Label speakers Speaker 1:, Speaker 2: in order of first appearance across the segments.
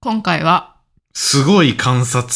Speaker 1: 今回は、
Speaker 2: すごい観察。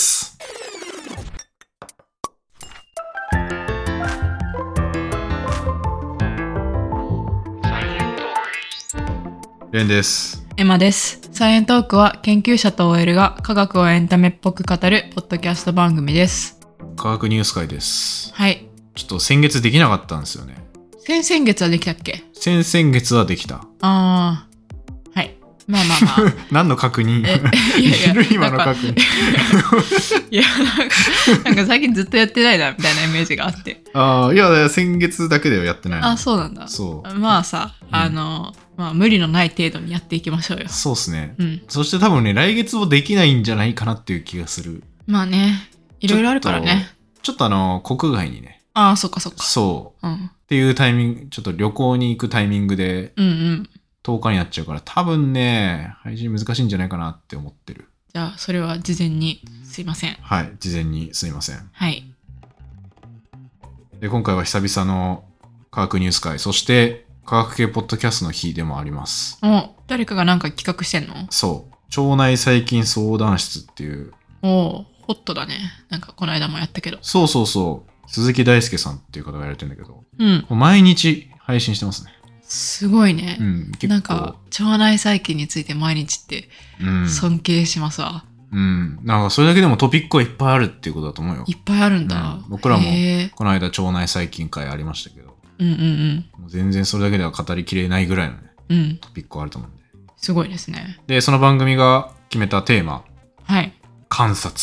Speaker 2: レンです。
Speaker 1: エマです。サイエントークは研究者と OL が科学をエンタメっぽく語るポッドキャスト番組です。
Speaker 2: 科学ニュース会です。
Speaker 1: はい。
Speaker 2: ちょっと先月できなかったんですよね。
Speaker 1: 先々月はできたっけ
Speaker 2: 先々月はできた。
Speaker 1: あー。はい。まあまあ まあ。
Speaker 2: 何の確認
Speaker 1: えいやいや
Speaker 2: いる今の
Speaker 1: なんか
Speaker 2: 確認。
Speaker 1: いや、なんか、なんか最近ずっとやってないな、みたいなイメージがあって。
Speaker 2: ああ、いや、いや先月だけではやってないの。
Speaker 1: あ、そうなんだ。
Speaker 2: そう。
Speaker 1: まあさ、
Speaker 2: ん
Speaker 1: あの、まあ無理のない程度にやっていきましょうよ。
Speaker 2: そうですね。
Speaker 1: うん。
Speaker 2: そして多分ね、来月もできないんじゃないかなっていう気がする。
Speaker 1: まあね、いろいろあるからね。
Speaker 2: ちょっとあの、国外にね、
Speaker 1: ああ、そっかそっか。
Speaker 2: そう。
Speaker 1: うん。
Speaker 2: っていうタイミング、ちょっと旅行に行くタイミングで
Speaker 1: うんうん。
Speaker 2: 10日になっちゃうから、多分ね、配信難しいんじゃないかなって思ってる。
Speaker 1: じゃあ、それは事前に、すいません。
Speaker 2: はい、事前にすいません。
Speaker 1: はい。
Speaker 2: で、今回は久々の科学ニュース会、そして科学系ポッドキャストの日でもあります。
Speaker 1: お、誰かがなんか企画してんの
Speaker 2: そう。腸内細菌相談室っていう、
Speaker 1: おーホットだね。なんかこの間もやったけど。
Speaker 2: そうそうそう、鈴木大輔さんっていう方がやられてるんだけど、も
Speaker 1: うん。
Speaker 2: う毎日配信してますね。
Speaker 1: すごいね
Speaker 2: う。ん、結構。
Speaker 1: なんか、腸内細菌について毎日って
Speaker 2: うん、
Speaker 1: 尊敬しますわ。
Speaker 2: うん。なんかそれだけでもトピックはいっぱいあるっていうことだと思うよ
Speaker 1: い。っぱいあるんだ。
Speaker 2: うん僕らも
Speaker 1: へー
Speaker 2: この間腸内細菌会ありましたけど、
Speaker 1: うんうん
Speaker 2: もう全然それだけでは語りきれないぐらいのね、
Speaker 1: うん。うん。
Speaker 2: トピックはあると思うんで。
Speaker 1: すごいですね。
Speaker 2: で、その番組が決めたテーマ、
Speaker 1: はい。
Speaker 2: 観察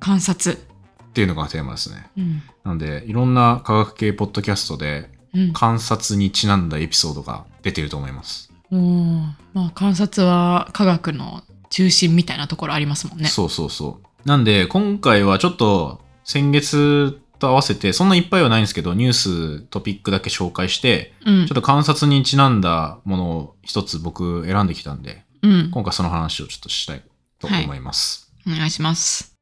Speaker 1: 観察。
Speaker 2: っていうのがテーマですね。
Speaker 1: うん。
Speaker 2: なので、いろんな科学系ポッドキャストで
Speaker 1: うん。
Speaker 2: 観察にちなんだエピソードが出てると思います。
Speaker 1: おーまあ観察は科学の中心みたいなところありますもんね。
Speaker 2: そうそうそう。なんで、今回はちょっと先月と合わせて、そんないっぱいはないんですけど、ニューストピックだけ紹介して、
Speaker 1: うん
Speaker 2: ちょっ。と観察にちなんだものを一つ僕選んできたんで、
Speaker 1: うん。
Speaker 2: 今回その話をちょっとしたいと思います。
Speaker 1: お願いします。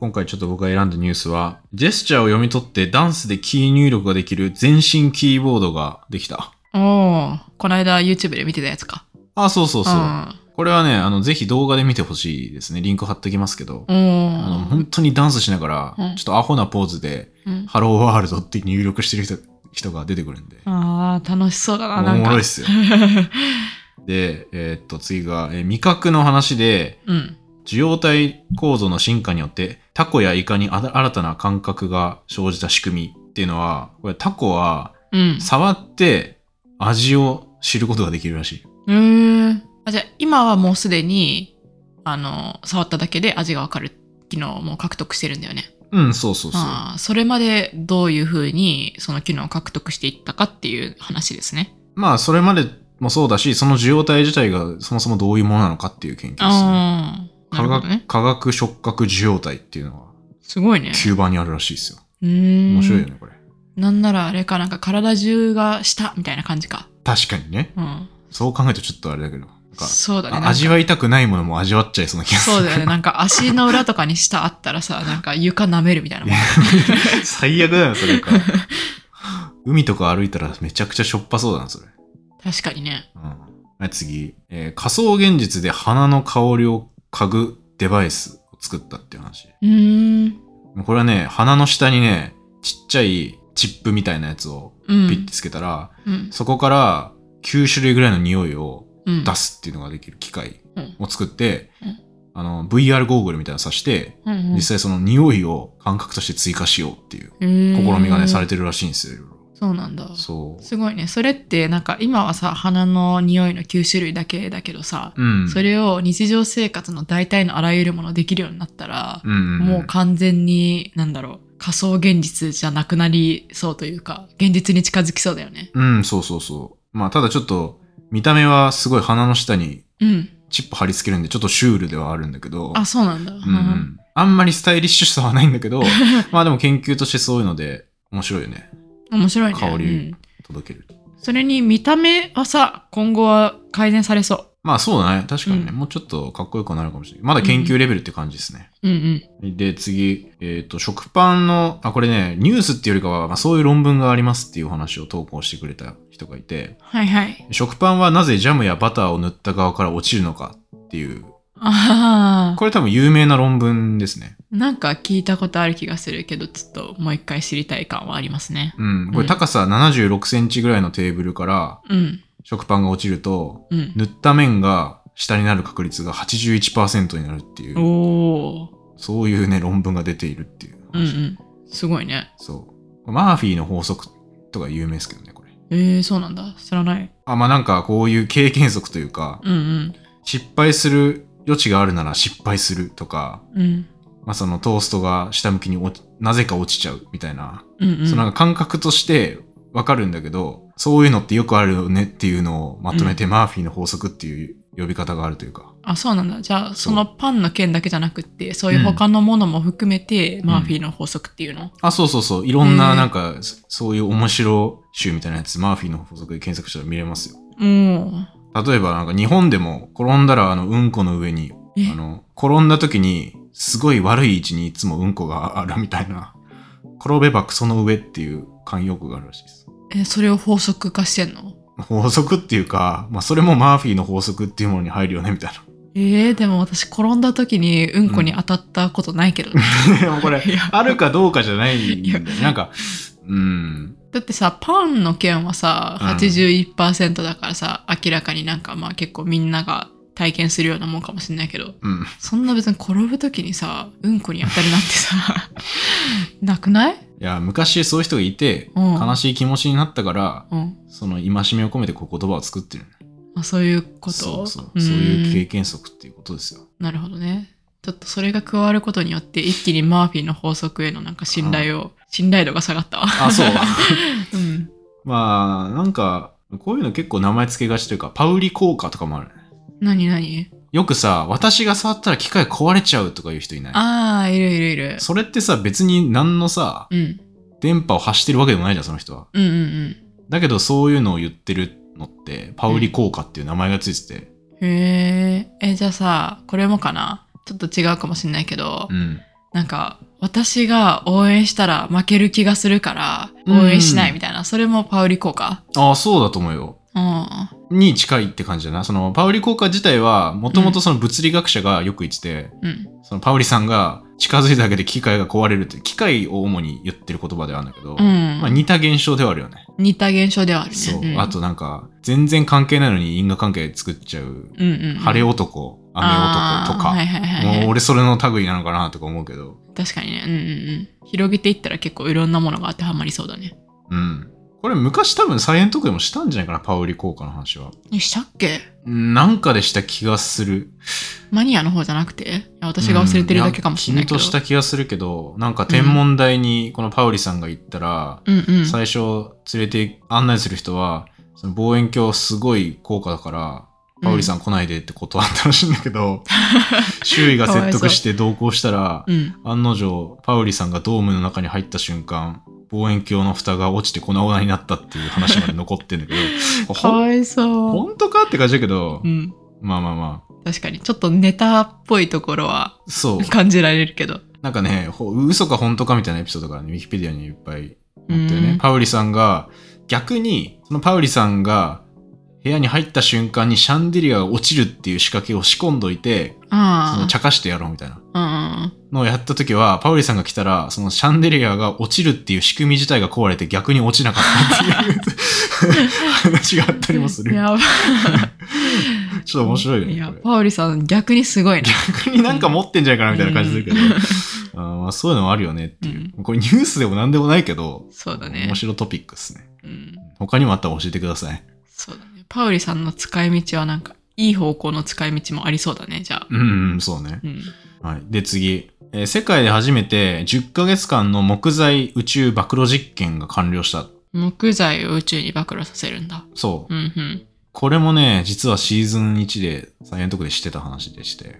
Speaker 2: 今回ちょっと僕が選んだニュースは、ジェスチャーを読み取ってダンスでキー入力ができる全身キーボードができた。
Speaker 1: おおーこの間 YouTube で見てたやつか。
Speaker 2: あ、そうそうそう。
Speaker 1: ん
Speaker 2: これはね、あの、ぜひ動画で見てほしいですね。リンク貼っときますけど。
Speaker 1: お
Speaker 2: あの、
Speaker 1: ー
Speaker 2: 本当にダンスしながら、
Speaker 1: うん
Speaker 2: ちょっとアホなポーズで、
Speaker 1: うん
Speaker 2: ハローワールドって入力してる人人が出てくるんで。
Speaker 1: ああ、楽しそうだな、
Speaker 2: お
Speaker 1: なん
Speaker 2: も
Speaker 1: か
Speaker 2: ろいっ。すよ。で、えーっと、次が、えー味覚の話で、
Speaker 1: うん。
Speaker 2: 受容体構造の進化によって、タコやイカにあら新たな感覚が生じた仕組みっていうのは、これタコは
Speaker 1: うん。
Speaker 2: 触って味を知ることができるらしい。
Speaker 1: うーん。あ、じゃあ、今はもうすでに、あの、触っただけで味がわかる機能も獲得してるんだよね。
Speaker 2: うん、そうそうそう。
Speaker 1: ああ、それまでどういうふうにその機能を獲得していったかっていう話ですね。
Speaker 2: まあ、それまでもそうだし、その受容体自体がそもそもどういうものなのかっていう研究ですね。
Speaker 1: ああ、なる
Speaker 2: 科
Speaker 1: ほ
Speaker 2: 学
Speaker 1: どね。
Speaker 2: 科学触覚受容体っていうのは
Speaker 1: すごいね。
Speaker 2: 吸盤にあるらしいですよ。
Speaker 1: うーん。
Speaker 2: 面白いよね、これ。
Speaker 1: なんならあれか、なんか体中がしたみたいな感じか。
Speaker 2: 確かにね。
Speaker 1: うん。
Speaker 2: そう考えるとちょっとあれだけど。なんか
Speaker 1: そうだね。な
Speaker 2: あ
Speaker 1: んか
Speaker 2: 味わいたくないものも味わっちゃいそうな気がする。
Speaker 1: そうだよね。なんか足の裏とかに下あったらさ、なんか床舐めるみたいなもん。
Speaker 2: 最悪だよ、それか。海とか歩いたらめちゃくちゃしょっぱそうだな、それ。
Speaker 1: 確かにね。
Speaker 2: うんはい、次、えー仮想現実で花の香りを嗅ぐデバイスを作ったっていう話。
Speaker 1: うーん。
Speaker 2: これはね、鼻の下にね、ちっちゃいチップみたいなやつを
Speaker 1: う
Speaker 2: ピッ
Speaker 1: ん
Speaker 2: て。つけたら、
Speaker 1: うん。
Speaker 2: そこから9種類ぐらいの匂いを
Speaker 1: うん
Speaker 2: 出すっていうのができる機械
Speaker 1: うん
Speaker 2: を作って、
Speaker 1: うん
Speaker 2: あの、VR ゴーグルみたいなのさして、
Speaker 1: うんうん
Speaker 2: 実際その匂いを感覚として追加しようっていう
Speaker 1: 試
Speaker 2: 試みがね、され
Speaker 1: て
Speaker 2: てるらしいんですよいろいろ。
Speaker 1: そうなんだ
Speaker 2: そう。
Speaker 1: すごいねそれってなんか今はさ鼻の匂いの9種類だけだけどさ、
Speaker 2: うん。
Speaker 1: それを日常生活の大体のあらゆるものできるようになったら、
Speaker 2: うんうんん
Speaker 1: もう完全になんだろう仮想現実じゃなくなりそうというか現実に近づきそうだよね
Speaker 2: うん、そうそうそう。まあ、ただちょっと、見た目はすごい鼻の下に
Speaker 1: うん
Speaker 2: チップ貼り付けるんで、ちょっとシュールではあるんだけど。
Speaker 1: あそうなんだ、
Speaker 2: うんうん、あんまりスタイリッシュさはないんだけ ど、まあでも研究としてそういうので面白いよね。
Speaker 1: 面白いね
Speaker 2: 香り
Speaker 1: うん
Speaker 2: 届ける。
Speaker 1: それに見た目はさ今後は改善されそ
Speaker 2: まあそうだね。確かにね、
Speaker 1: うん
Speaker 2: もうちょっとかっこよくはなるかもしれない。まだ研究レベルって感じですね。
Speaker 1: うんうん。
Speaker 2: で、次、えっ、と、食パンの、あ、これね、ニュースっていうよりかは、まあ、そういう論文がありますっていうお話を投稿してくれた人がいて、
Speaker 1: はいはい。
Speaker 2: 食パンはなぜジャムやバターを塗った側から落ちるのかっていう、
Speaker 1: ああ、
Speaker 2: これ多分有名な論文ですね。
Speaker 1: なんか聞いたことある気がするけど、ちょっともう一回知りたい感はありますね。
Speaker 2: うん。こ
Speaker 1: うん
Speaker 2: れ高さ76センチぐらいのテーブルから
Speaker 1: うん、
Speaker 2: 食パンが落ちると、
Speaker 1: うん。
Speaker 2: 塗った面が下になる確率が81%になるっていう、
Speaker 1: おー、
Speaker 2: そういうね、論文が出ているっていう
Speaker 1: うんう
Speaker 2: 話。
Speaker 1: ん。すごいね。
Speaker 2: そう。マーフィーの法則とか有名ですけどね、これ。
Speaker 1: えー、そうなんだ。知らない。
Speaker 2: あ、まあなんかこういう経験則というか、
Speaker 1: うん
Speaker 2: 失敗する余地があるなら失敗するとか、
Speaker 1: うん。うん。
Speaker 2: まあそのトーストが下向きに落ちなぜか落ちちゃうみたいな、
Speaker 1: うんうん。
Speaker 2: そのなんか感覚としてわかるんだけど、そういうのってよくあるよねっていうのをまとめて、マーフィーの法則っていう呼び方があるというか。
Speaker 1: あ、そうなんだ。じゃあ、
Speaker 2: そ
Speaker 1: そうのパンの件だけじゃなくって、そういう他のものも含めて、マーフィーの法則っていうの。
Speaker 2: あ、そうそうそう。いろん
Speaker 1: へ
Speaker 2: な
Speaker 1: ー
Speaker 2: なんか、そそういう面白集みたいなやつ、マーフィーの法則で検索したら見れますよ。
Speaker 1: うん。
Speaker 2: 例えばなんか日本でも転んだらあのうんこの上に
Speaker 1: え
Speaker 2: あの転んだ時にすごい悪い位置にいつもうんこがあるみたいな転べばクソの上っていう慣用句があるらしいです
Speaker 1: え、それを法則化してんの
Speaker 2: 法則っていうか、まあ、それもマーフィーの法則っていうものに入るよねみたい
Speaker 1: えー、でも私転んだ時にうんこに当たったことないけど、 ね
Speaker 2: な でもこれ
Speaker 1: いや
Speaker 2: あるかどうかじゃないんだよ
Speaker 1: い
Speaker 2: ね
Speaker 1: や
Speaker 2: なんかうん
Speaker 1: だってさパンの件はさ
Speaker 2: うん
Speaker 1: 81%だからさ、明らかになんかまあ結構みんなが体験するようなもんかもしれないけど
Speaker 2: うん
Speaker 1: そんな別に転ぶ時にさうんこに当たるなんてさ なくない、
Speaker 2: いや昔そういう人がいて
Speaker 1: うん、
Speaker 2: 悲しい気持ちになったから
Speaker 1: うん
Speaker 2: その戒めを込めてこう言葉を作ってる
Speaker 1: まあ、そういうこと
Speaker 2: そうそう、
Speaker 1: ん
Speaker 2: そういう経験則っていうことですよ
Speaker 1: なるほどねちょっとそれが加わることによって一気にマーフィーの法則へのなんか信頼を、信頼度が下がったわ
Speaker 2: あ そう
Speaker 1: うん
Speaker 2: まあ、なんか、こういうの結構名前付けがちというか、パウリ効果とかもあるね。
Speaker 1: 何何
Speaker 2: よくさ、私が触ったら機械壊れちゃうとかいう人いない
Speaker 1: ああいるいるいる
Speaker 2: それってさ、別に何のさ、
Speaker 1: うん
Speaker 2: 電波を発してるわけでもないじゃん、その人は。
Speaker 1: うんうん
Speaker 2: だけど、そういうのを言ってるのって、パウリ効果っていう名前がついてて。
Speaker 1: うんへーえじゃあさこれもかなちょっと違うかもしんないけど、
Speaker 2: うん。
Speaker 1: なんか私が応援したら負ける気がするから
Speaker 2: うん
Speaker 1: 応援しないみたいな、それもパウリ効果
Speaker 2: ああ、そうだと思うよ。
Speaker 1: うん
Speaker 2: に近いって感じだな。その、パウリ効果自体は、もともとその物理学者がよく言ってて、
Speaker 1: うん
Speaker 2: そのパウリさんが近づいただけで機械が壊れるって、機械を主に言ってる言葉ではあるんだけど、
Speaker 1: うん、
Speaker 2: まあ似た現象ではあるよね。
Speaker 1: 似た現象ではあるね
Speaker 2: そう、
Speaker 1: ん
Speaker 2: あとなんか全然関係ないのに因果関係作っちゃう
Speaker 1: うんうんうん
Speaker 2: 晴れ男、雨男とか、
Speaker 1: あーはいはいはいはい
Speaker 2: もう俺それの類なのかなとか思うけど
Speaker 1: 確かにねうんうんうん広げていったら結構いろんなものが当てはまりそうだね
Speaker 2: うんこれ昔多分サイエントークでもしたんじゃないかなパウリ効果の話は
Speaker 1: えしたっけ
Speaker 2: うんなんかでした気がする
Speaker 1: マニアの方じゃなくていや私が忘れてるだけかもしれないけど、
Speaker 2: うんや君とした気がするけどなんか天文台にこのパウリさんが行ったら、
Speaker 1: うんうん
Speaker 2: 最初連れて案内する人はその望遠鏡すごい効果だからパウリさん来ないでって断ったらしいんだ けど、周囲が説得して同行したら、
Speaker 1: うん
Speaker 2: 案の定、パウリさんがドームの中に入った瞬間、望遠鏡の蓋が落ちて粉々になったっていう話まで残ってんだけど、
Speaker 1: か
Speaker 2: ほん
Speaker 1: わいそ
Speaker 2: 本当かって感じだけど
Speaker 1: う。う、ん。
Speaker 2: まあまあまあ、
Speaker 1: 確かに。ちょっとネタっぽいところは
Speaker 2: そう。
Speaker 1: 感じられるけど。
Speaker 2: なんかね、ほ嘘か本当かみたいなエピソードがね、ウィキペディアにいっぱい載って
Speaker 1: う
Speaker 2: るね
Speaker 1: ん。
Speaker 2: パウリさんが、逆に、そのパウリさんが、部屋に入った瞬間にシャンデリアが落ちるっていう仕掛けを仕込んどいて、その
Speaker 1: あ
Speaker 2: 茶化してやろうみたいな。
Speaker 1: あ。
Speaker 2: のをやった時は、パウリさんが来たら、そのシャンデリアが落ちるっていう仕組み自体が壊れて逆に落ちなかったっていう話があったりもす
Speaker 1: うん。
Speaker 2: る。
Speaker 1: やば
Speaker 2: ちょっと面白いよ
Speaker 1: い。いや
Speaker 2: ね、これ。
Speaker 1: パオリさん逆にすご いな。
Speaker 2: 逆になんか持ってんじゃないかなみたいな感じするけど、あーまあそういうのもあるよねっていう。これニュースでも何でもないけど、
Speaker 1: そうだね
Speaker 2: 面。白トピックですね。
Speaker 1: うん。
Speaker 2: 他にもあったら教えてください。
Speaker 1: そうだね。パオリさんの使い道はなんか、いい方向の使い道もありそうだね、じゃあ。
Speaker 2: うん、うん、そうね。
Speaker 1: うん。
Speaker 2: はい。で、次。えー世界で初めて10ヶ月間の木材宇宙暴露実験が完了した。
Speaker 1: 木材を宇宙に暴露させるんだ。
Speaker 2: そう
Speaker 1: う。んうん。
Speaker 2: これもね、実はシーズン1で、サイエントクでしてた話でして、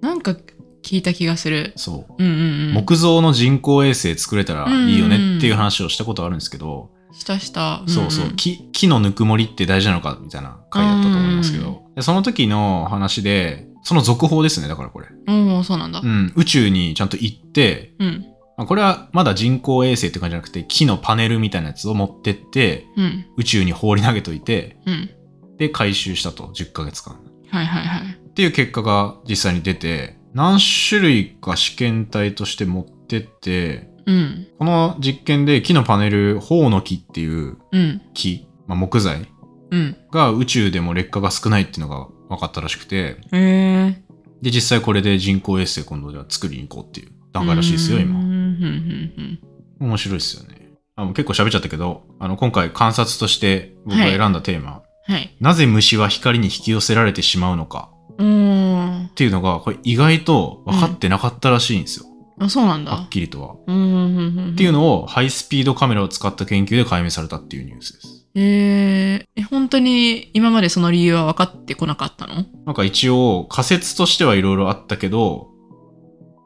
Speaker 1: なんか聞いた気がする。
Speaker 2: そう。
Speaker 1: うんうんうん。
Speaker 2: 木造の人工衛星作れたらいいよねっていう話をしたことあるんですけど、
Speaker 1: したした。んん
Speaker 2: そうそう、木、木のぬくもりって大事なのかみたいな回だったと思いますけ
Speaker 1: うん
Speaker 2: ど、でその時の話で、その続報ですね、だからこれ。
Speaker 1: おおそうなんだ
Speaker 2: う。ん、宇宙にちゃんと行って、
Speaker 1: うん。
Speaker 2: まあこれはまだ人工衛星って感じじゃなくて、木のパネルみたいなやつを持ってって、
Speaker 1: うん。
Speaker 2: 宇宙に放り投げといて、
Speaker 1: うん。
Speaker 2: で、回収したと、10ヶ月間。
Speaker 1: はいはいはい。
Speaker 2: っていう結果が実際に出て、何種類か試験体として持ってって、
Speaker 1: うん。
Speaker 2: この実験で木のパネル、ホの木っていう
Speaker 1: うん。
Speaker 2: 木、まあ、木材
Speaker 1: うん。
Speaker 2: が宇宙でも劣化が少ないっていうのが分かったらしくて、
Speaker 1: へえ。
Speaker 2: で、実際これで人工衛星今度じゃあ作りに行こうっていう段階らしいですよ、
Speaker 1: うん。う
Speaker 2: 今。
Speaker 1: んうん
Speaker 2: 面白いですよね。あもう結構喋っちゃったけど、あの、今回観察として僕が選んだテーマ、
Speaker 1: うん。はい。
Speaker 2: なぜ虫は光に引き寄せられてしまうのか
Speaker 1: うーん。
Speaker 2: っていうのが、これ意外と分かってなかったらしいんですよ。
Speaker 1: あ、そうなんだ。
Speaker 2: はっきりとは。
Speaker 1: うんうんうんうん。
Speaker 2: っていうのをハイスピードカメラを使った研究で解明されたっていうニュースです。
Speaker 1: へええ、本当に今までその理由は分かってこなかったの
Speaker 2: なんか一応仮説としてはいろいろあったけど、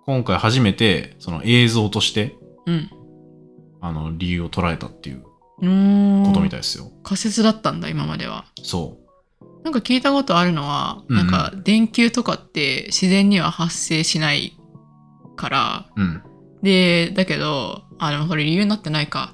Speaker 2: 今回初めてその映像として
Speaker 1: うん。
Speaker 2: あの理由を捉えたっていう
Speaker 1: うーん
Speaker 2: ことみたいですよ。
Speaker 1: 仮説だったんだ、今までは。
Speaker 2: そ
Speaker 1: なんか聞いたことあるのは、
Speaker 2: うんう
Speaker 1: なんんか電球とかって自然には発生しないから、
Speaker 2: う。うん。
Speaker 1: で、だけど、あ、でもそれ理由になってないか。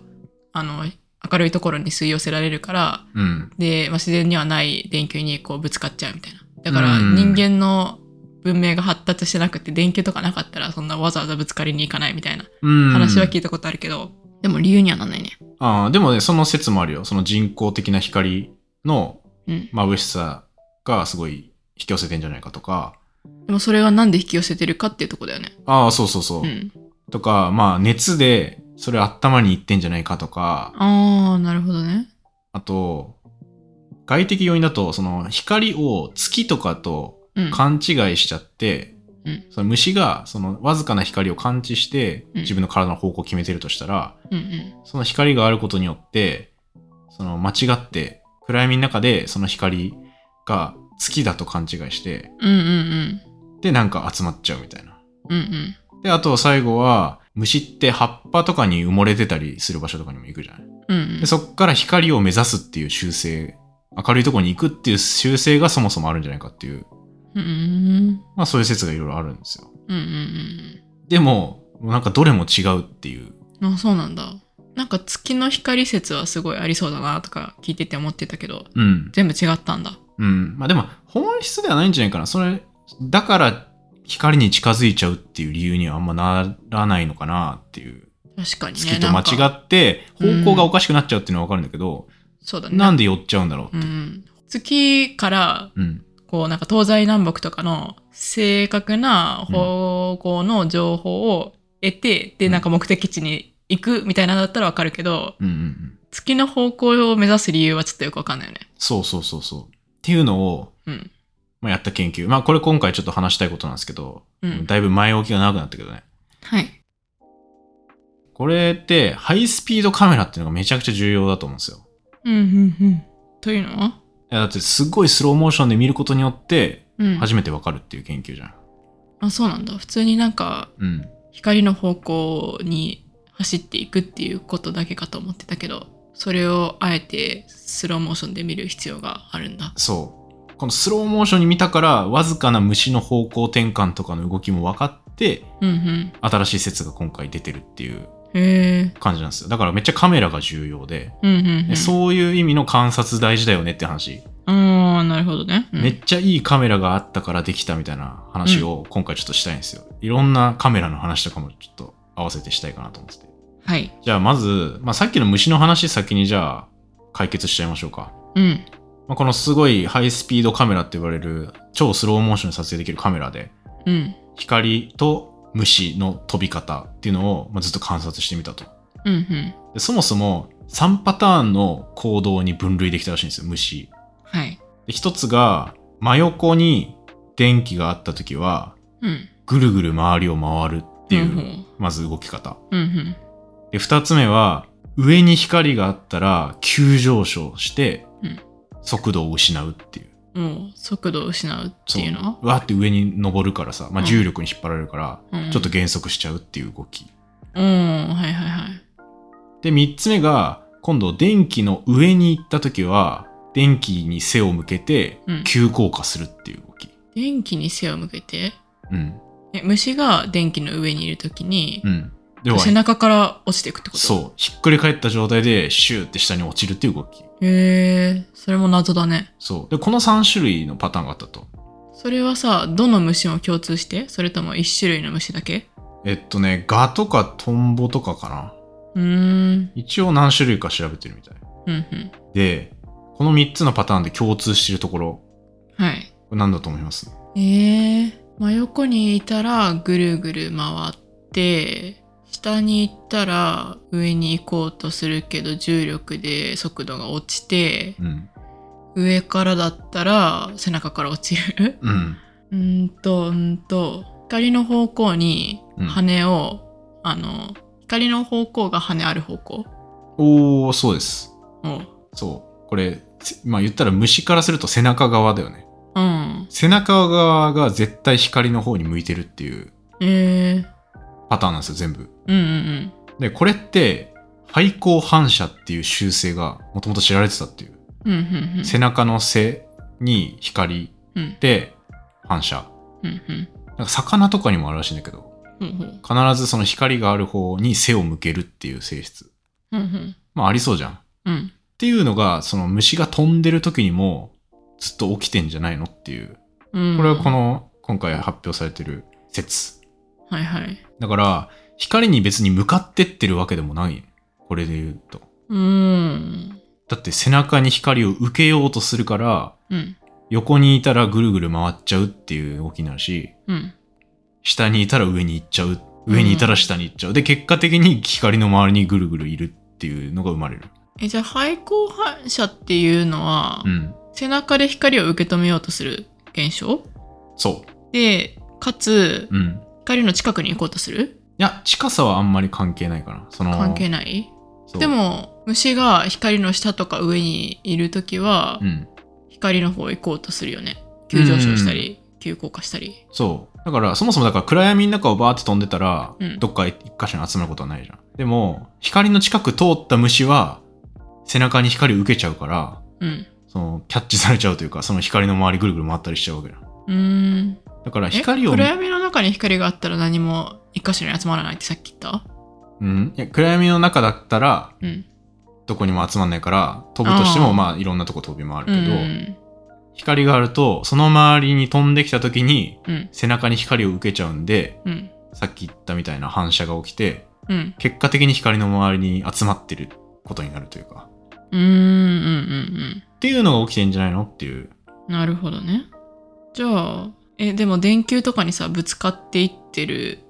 Speaker 1: あの、明るいところに吸い寄せられるから、
Speaker 2: うん。
Speaker 1: で、まあ、自然にはない電球にこうぶつかっちゃうみたいな。だから
Speaker 2: うん
Speaker 1: 人間の文明が発達してなくて電球とかなかったらそんなわざわざぶつかりに行かないみたいな
Speaker 2: うん。
Speaker 1: 話は聞いたことあるけど、でも理由にはなんないね。
Speaker 2: ああ、でもね、その説もあるよ。その人工的な光の
Speaker 1: うん。
Speaker 2: 眩しさがすごい引き寄せてんじゃないかとか、
Speaker 1: でもそれはなんで引き寄せてるかっていうとこだよね。
Speaker 2: ああ、そうそうそう。
Speaker 1: うん。
Speaker 2: とか、まあ熱でそれ頭にいってんじゃないかとか、
Speaker 1: ああ、なるほどね。
Speaker 2: あと、外的要因だと、その光を月とかと
Speaker 1: うん。
Speaker 2: 勘違いしちゃって、
Speaker 1: うん
Speaker 2: その虫がそのわずかな光を感知して
Speaker 1: うん
Speaker 2: 自分の体の方向を決めてるとしたら、
Speaker 1: うんうん。
Speaker 2: その光があることによって、その間違って暗闇の中でその光が月だと勘違いして、
Speaker 1: うんうん
Speaker 2: でなんか集まっちゃうみたいな。
Speaker 1: うん。うん
Speaker 2: で、あと最後は、虫って葉っぱとかに埋もれてたりする場所とかにも行くじゃない。
Speaker 1: うん。うんう
Speaker 2: で、そっから光を目指すっていう習性、明るいとこに行くっていう習性がそもそもあるんじゃないかっていう、
Speaker 1: ん。うんうん
Speaker 2: まあそういう説がいろいろあるんですよ。
Speaker 1: うんうん
Speaker 2: でも、なんかどれも違うっていう。
Speaker 1: うん。あ、そうなんだ。なんか月の光説はすごいありそうだなとか聞いてて思ってたけど、
Speaker 2: うん。
Speaker 1: 全部違ったんだ。
Speaker 2: うん。まあでも、本質ではないんじゃないかな。それ、だから光に近づいちゃうっていう理由にはあんまならないのかなっていう。
Speaker 1: 確かにね。
Speaker 2: 月と間
Speaker 1: な
Speaker 2: 違
Speaker 1: んか
Speaker 2: って方
Speaker 1: うん
Speaker 2: 向がおかしくなっちゃうっていうのはわかるんだけど、
Speaker 1: そうだね。
Speaker 2: なんで寄っちゃうんだろう
Speaker 1: う
Speaker 2: って。
Speaker 1: ん。月から
Speaker 2: うん。
Speaker 1: こうなんか東西南北とかの正確な方向の情報を得て、で
Speaker 2: うん
Speaker 1: なんか目的地に行くみたいなのだったらわかるけど
Speaker 2: うんうんうん、
Speaker 1: 月の方向を目指す理由はちょっとよくわかんないよね。
Speaker 2: そうそうそうそう。っていうのを、
Speaker 1: うん。
Speaker 2: まあ、やった研究。まあこれ今回ちょっと話したいことなんですけど、
Speaker 1: うん。
Speaker 2: だいぶ前置きが長くなったけどね。
Speaker 1: はい。
Speaker 2: これってハイスピードカメラっていうのがめちゃくちゃ重要だと思うんですよ。
Speaker 1: うんうんうん。というのはい
Speaker 2: やだってすごいスローモーションで見ることによって
Speaker 1: うん。
Speaker 2: 初めてわかるっていう研究じゃん。
Speaker 1: あそうなんだ。普通になんか
Speaker 2: うん。
Speaker 1: 光の方向に走っていくっていうことだけかと思ってたけどそれをあえてスローモーションで見る必要があるんだ。
Speaker 2: そう。このスローモーションに見たからわずかな虫の方向転換とかの動きも分かって
Speaker 1: うんうん。
Speaker 2: 新しい説が今回出てるっていう
Speaker 1: へえ。
Speaker 2: 感じなんですよ。だからめっちゃカメラが重要で、
Speaker 1: うんうん、う
Speaker 2: で
Speaker 1: ん。
Speaker 2: そういう意味の観察大事だよねって話。
Speaker 1: ああ、なるほどね。うん
Speaker 2: めっちゃいいカメラがあったからできたみたいな話を今回ちょっとしたいんですよ。いろんなカメラの話とかもちょっと合わせてしたいかなと思ってて。
Speaker 1: はい。
Speaker 2: じゃあまず、まあ、さっきの虫の話先にじゃあ解決しちゃいましょうか。
Speaker 1: うん。
Speaker 2: まあ、このすごいハイスピードカメラって言われる超スローモーションで撮影できるカメラで
Speaker 1: うん。
Speaker 2: 光と虫の飛び方っていうのをまあずっと観察してみたと。
Speaker 1: うんうん。
Speaker 2: でそもそも3パターンの行動に分類できたらしいんですよ、虫。
Speaker 1: はい。
Speaker 2: で一つが真横に電気があった時は
Speaker 1: うん。
Speaker 2: ぐるぐる周りを回るっていう、
Speaker 1: ほほ
Speaker 2: まず動き方。
Speaker 1: うんうん。
Speaker 2: で、二つ目は、上に光があったら急上昇して
Speaker 1: うん、
Speaker 2: 速度を失うっていう。
Speaker 1: もう速度を失うっていうの
Speaker 2: わーって上に登るからさ、まあ、
Speaker 1: うん
Speaker 2: 重力に引っ張られるから、
Speaker 1: うん
Speaker 2: ちょっと減速しちゃうっていう動き。
Speaker 1: うん。はいはいはい。
Speaker 2: で、三つ目が、今度電気の上に行った時は、電気に背を向けて
Speaker 1: うん
Speaker 2: 急降下するっていう動き。
Speaker 1: 電気に背を向けて
Speaker 2: うん。
Speaker 1: え虫が電気の上にいるときに
Speaker 2: う、ん。要は、
Speaker 1: 背中から落ちていくってこと
Speaker 2: そう。ひっくり返った状態でシューって下に落ちるっていう動き。
Speaker 1: へえそれも謎だね
Speaker 2: そう。で、この3種類のパターンがあったと。
Speaker 1: それはさどの虫も共通してそれとも一種類の虫だけ
Speaker 2: えっとね、ガとかトンボとかかな。
Speaker 1: うーん
Speaker 2: 一応何種類か調べてるみたい。
Speaker 1: うんうん
Speaker 2: で、この3つのパターンで共通してるところ、
Speaker 1: はい
Speaker 2: これ何だと思います
Speaker 1: えー、真横にいたらぐるぐる回って下に行ったら上に行こうとするけど重力で速度が落ちて
Speaker 2: うん。
Speaker 1: 上からだったら背中から落ちる
Speaker 2: うん。
Speaker 1: うーんとうーんと光の方向に
Speaker 2: うん
Speaker 1: 羽を、あの光の方向が羽ある方向
Speaker 2: おー、そうです。
Speaker 1: を
Speaker 2: そう。これ、せまあ言ったら虫からすると背中側だよね。
Speaker 1: うん
Speaker 2: 背中側が絶対光の方に向いてるっていう
Speaker 1: えー、
Speaker 2: パターンなんですよ、全部。
Speaker 1: うんうん
Speaker 2: で、これって、背光反射っていう習性がもともと知られてたっていう。
Speaker 1: うんうんうんうん
Speaker 2: 背中の背に光
Speaker 1: うん
Speaker 2: で反射。
Speaker 1: うんうん
Speaker 2: なんか魚とかにもあるらしいんだけど、
Speaker 1: ほうほう
Speaker 2: 必ずその光がある方に背を向けるっていう性質。
Speaker 1: うんうん
Speaker 2: まあありそうじゃん。っ
Speaker 1: うん
Speaker 2: ていうのが、その虫が飛んでる時にもずっと起きてんじゃないのっていう。
Speaker 1: うん
Speaker 2: これはこの今回発表されてる説。
Speaker 1: はいはい
Speaker 2: だから、光に別に向かってってるわけでもない。これで言うと。
Speaker 1: うーん。
Speaker 2: だって背中に光を受けようとするから、
Speaker 1: うん。
Speaker 2: 横にいたらぐるぐる回っちゃうっていう動きになるし、
Speaker 1: うん。
Speaker 2: 下にいたら上に行っちゃう。上にいたら下に行っちゃう。で、結果的に光の周りにぐるぐるいるっていうのが生まれる。
Speaker 1: え、じゃあ、背光反射っていうのは、
Speaker 2: うん。
Speaker 1: 背中で光を受け止めようとする現象
Speaker 2: そ
Speaker 1: で、かつ
Speaker 2: う。、うん。
Speaker 1: 光の近くに行こうとする
Speaker 2: いや、近さはあんまり関係ないかな。その、
Speaker 1: 関係ない
Speaker 2: そう
Speaker 1: で、も、虫が光の下とか上にいるときは、
Speaker 2: うん。
Speaker 1: 光の方へ行こうとするよね。急上昇したり、急降下したり。
Speaker 2: そう。だから、そもそもだから暗闇の中をバーって飛んでたら、
Speaker 1: うん
Speaker 2: どっか一箇所に集まることはないじゃん。でも、光の近く通った虫は、背中に光を受けちゃうから、
Speaker 1: うん。
Speaker 2: その、キャッチされちゃうというか、その光の周りぐるぐる回ったりしちゃうわけじゃん。
Speaker 1: うーん。
Speaker 2: だから、
Speaker 1: え
Speaker 2: 光を、
Speaker 1: 暗闇の中に光があったら何も一箇所に集まらないってさっき言った
Speaker 2: うん。いや暗闇の中だったら、
Speaker 1: うん。
Speaker 2: どこにも集まんないから、飛ぶとしても、
Speaker 1: あー
Speaker 2: まあ、いろんなとこ飛び回るけ
Speaker 1: う
Speaker 2: ど、
Speaker 1: ん。
Speaker 2: 光があると、その周りに飛んできた時に、
Speaker 1: うん。
Speaker 2: 背中に光を受けちゃうんで、
Speaker 1: うん。
Speaker 2: さっき言ったみたいな反射が起きて、
Speaker 1: うん。
Speaker 2: 結果的に光の周りに集まってることになるというか、
Speaker 1: うーんうん
Speaker 2: っていうのが起きてんじゃないのっていう。
Speaker 1: うんなるほどねじゃあえでも電球とかにさぶつかっていってる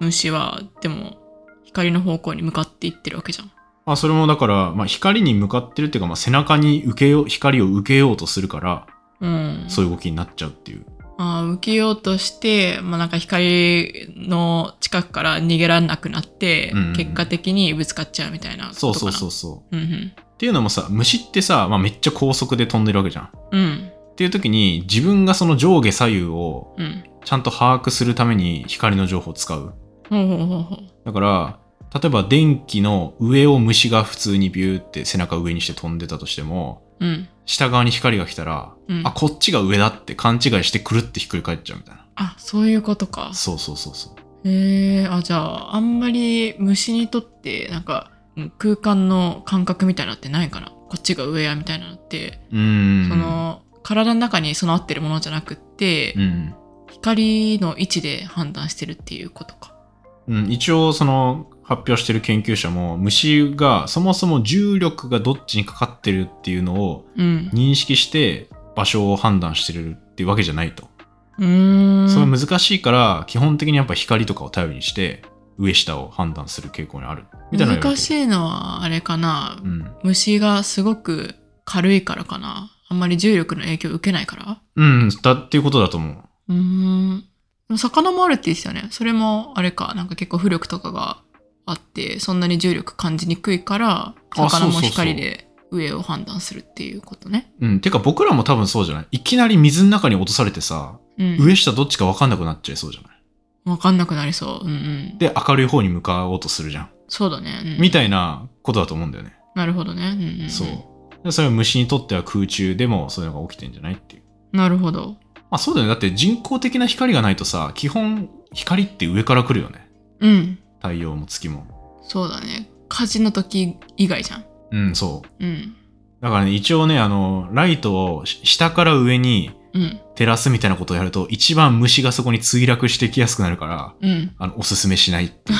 Speaker 1: 虫はでも光の方向に向かっていってるわけじゃん
Speaker 2: まあそれもだから、まあ光に向かってるっていうか、まあ背中に受けよう、光を受けようとするから、
Speaker 1: うん
Speaker 2: そういう動きになっちゃうっていう。
Speaker 1: あー受けようとして、まあ、なんか光の近くから逃げられなくなって、
Speaker 2: うんうん
Speaker 1: 結果的にぶつかっちゃうみたいな
Speaker 2: そうそうそううそう。
Speaker 1: うんうん
Speaker 2: っていうのもさ、虫ってさ、まあめっちゃ高速で飛んでるわけじゃん。っ
Speaker 1: うん
Speaker 2: ていう時に、自分がその上下左右を
Speaker 1: うん
Speaker 2: ちゃんと把握するために光の情報を使う。
Speaker 1: ほうほうほうほう
Speaker 2: だから、例えば電気の上を虫が普通にビューって背中上にして飛んでたとしても、
Speaker 1: うん
Speaker 2: 下側に光が来たら、
Speaker 1: うん
Speaker 2: あこっちが上だって勘違いしてくるってひっくり返っちゃうみたいな
Speaker 1: あそういうことか
Speaker 2: そうそうそうそう
Speaker 1: へえあじゃああんまり虫にとってなんかうん空間の感覚みたいなのってないかなこっちが上やみたいなのって、
Speaker 2: うーん
Speaker 1: その体の中に備わってるものじゃなくって、
Speaker 2: うん、
Speaker 1: 光の位置で判断してるっていうことか。
Speaker 2: うん、一応その発表してる研究者も虫がそもそも重力がどっちにかかってるっていうのを
Speaker 1: うん、
Speaker 2: 認識して場所を判断してるっていうわけじゃないと、
Speaker 1: うーん
Speaker 2: それは難しいから基本的にやっぱ光とかを頼りにして上下を判断する傾向にあるみたいなのが言わ
Speaker 1: 難
Speaker 2: れ
Speaker 1: して
Speaker 2: る
Speaker 1: いのはあれかな、
Speaker 2: うん、
Speaker 1: 虫がすごく軽いからかなあんまり重力の影響を受けないから
Speaker 2: うん、だっていうことだと思う
Speaker 1: うーん。でも魚もあるって言ってたよね。それもあれか、なんか結構浮力とかがあって、そんなに重力感じにくいから、
Speaker 2: そうそう
Speaker 1: 魚
Speaker 2: そう
Speaker 1: も光で上を判断するっていうことね。
Speaker 2: うん、てか僕らも多分そうじゃないいきなり水の中に落とされてさ、
Speaker 1: うん。
Speaker 2: 上下どっちか分かんなくなっちゃいそうじゃない
Speaker 1: わかんなくなりそう。うんうん。
Speaker 2: で、明るい方に向かおうとするじゃん。
Speaker 1: そうだね。うん
Speaker 2: みたいなことだと思うんだよね。
Speaker 1: なるほどね。うんうん、
Speaker 2: そう。でそれは虫にとっては空中でもそういうのが起きてんじゃないっていう。
Speaker 1: なるほど。
Speaker 2: まあそうだよね。だって人工的な光がないとさ、基本光って上から来るよね。
Speaker 1: うん。
Speaker 2: 太陽も月も。
Speaker 1: そうだね。火事の時以外じゃん。
Speaker 2: うん、そう。
Speaker 1: うん。
Speaker 2: だからね、一応ね、あの、ライトをし下から上に
Speaker 1: うん。
Speaker 2: 照らすみたいなことをやると、一番虫がそこに墜落してきやすくなるから、
Speaker 1: うん。。
Speaker 2: あの、おすすめしないっていう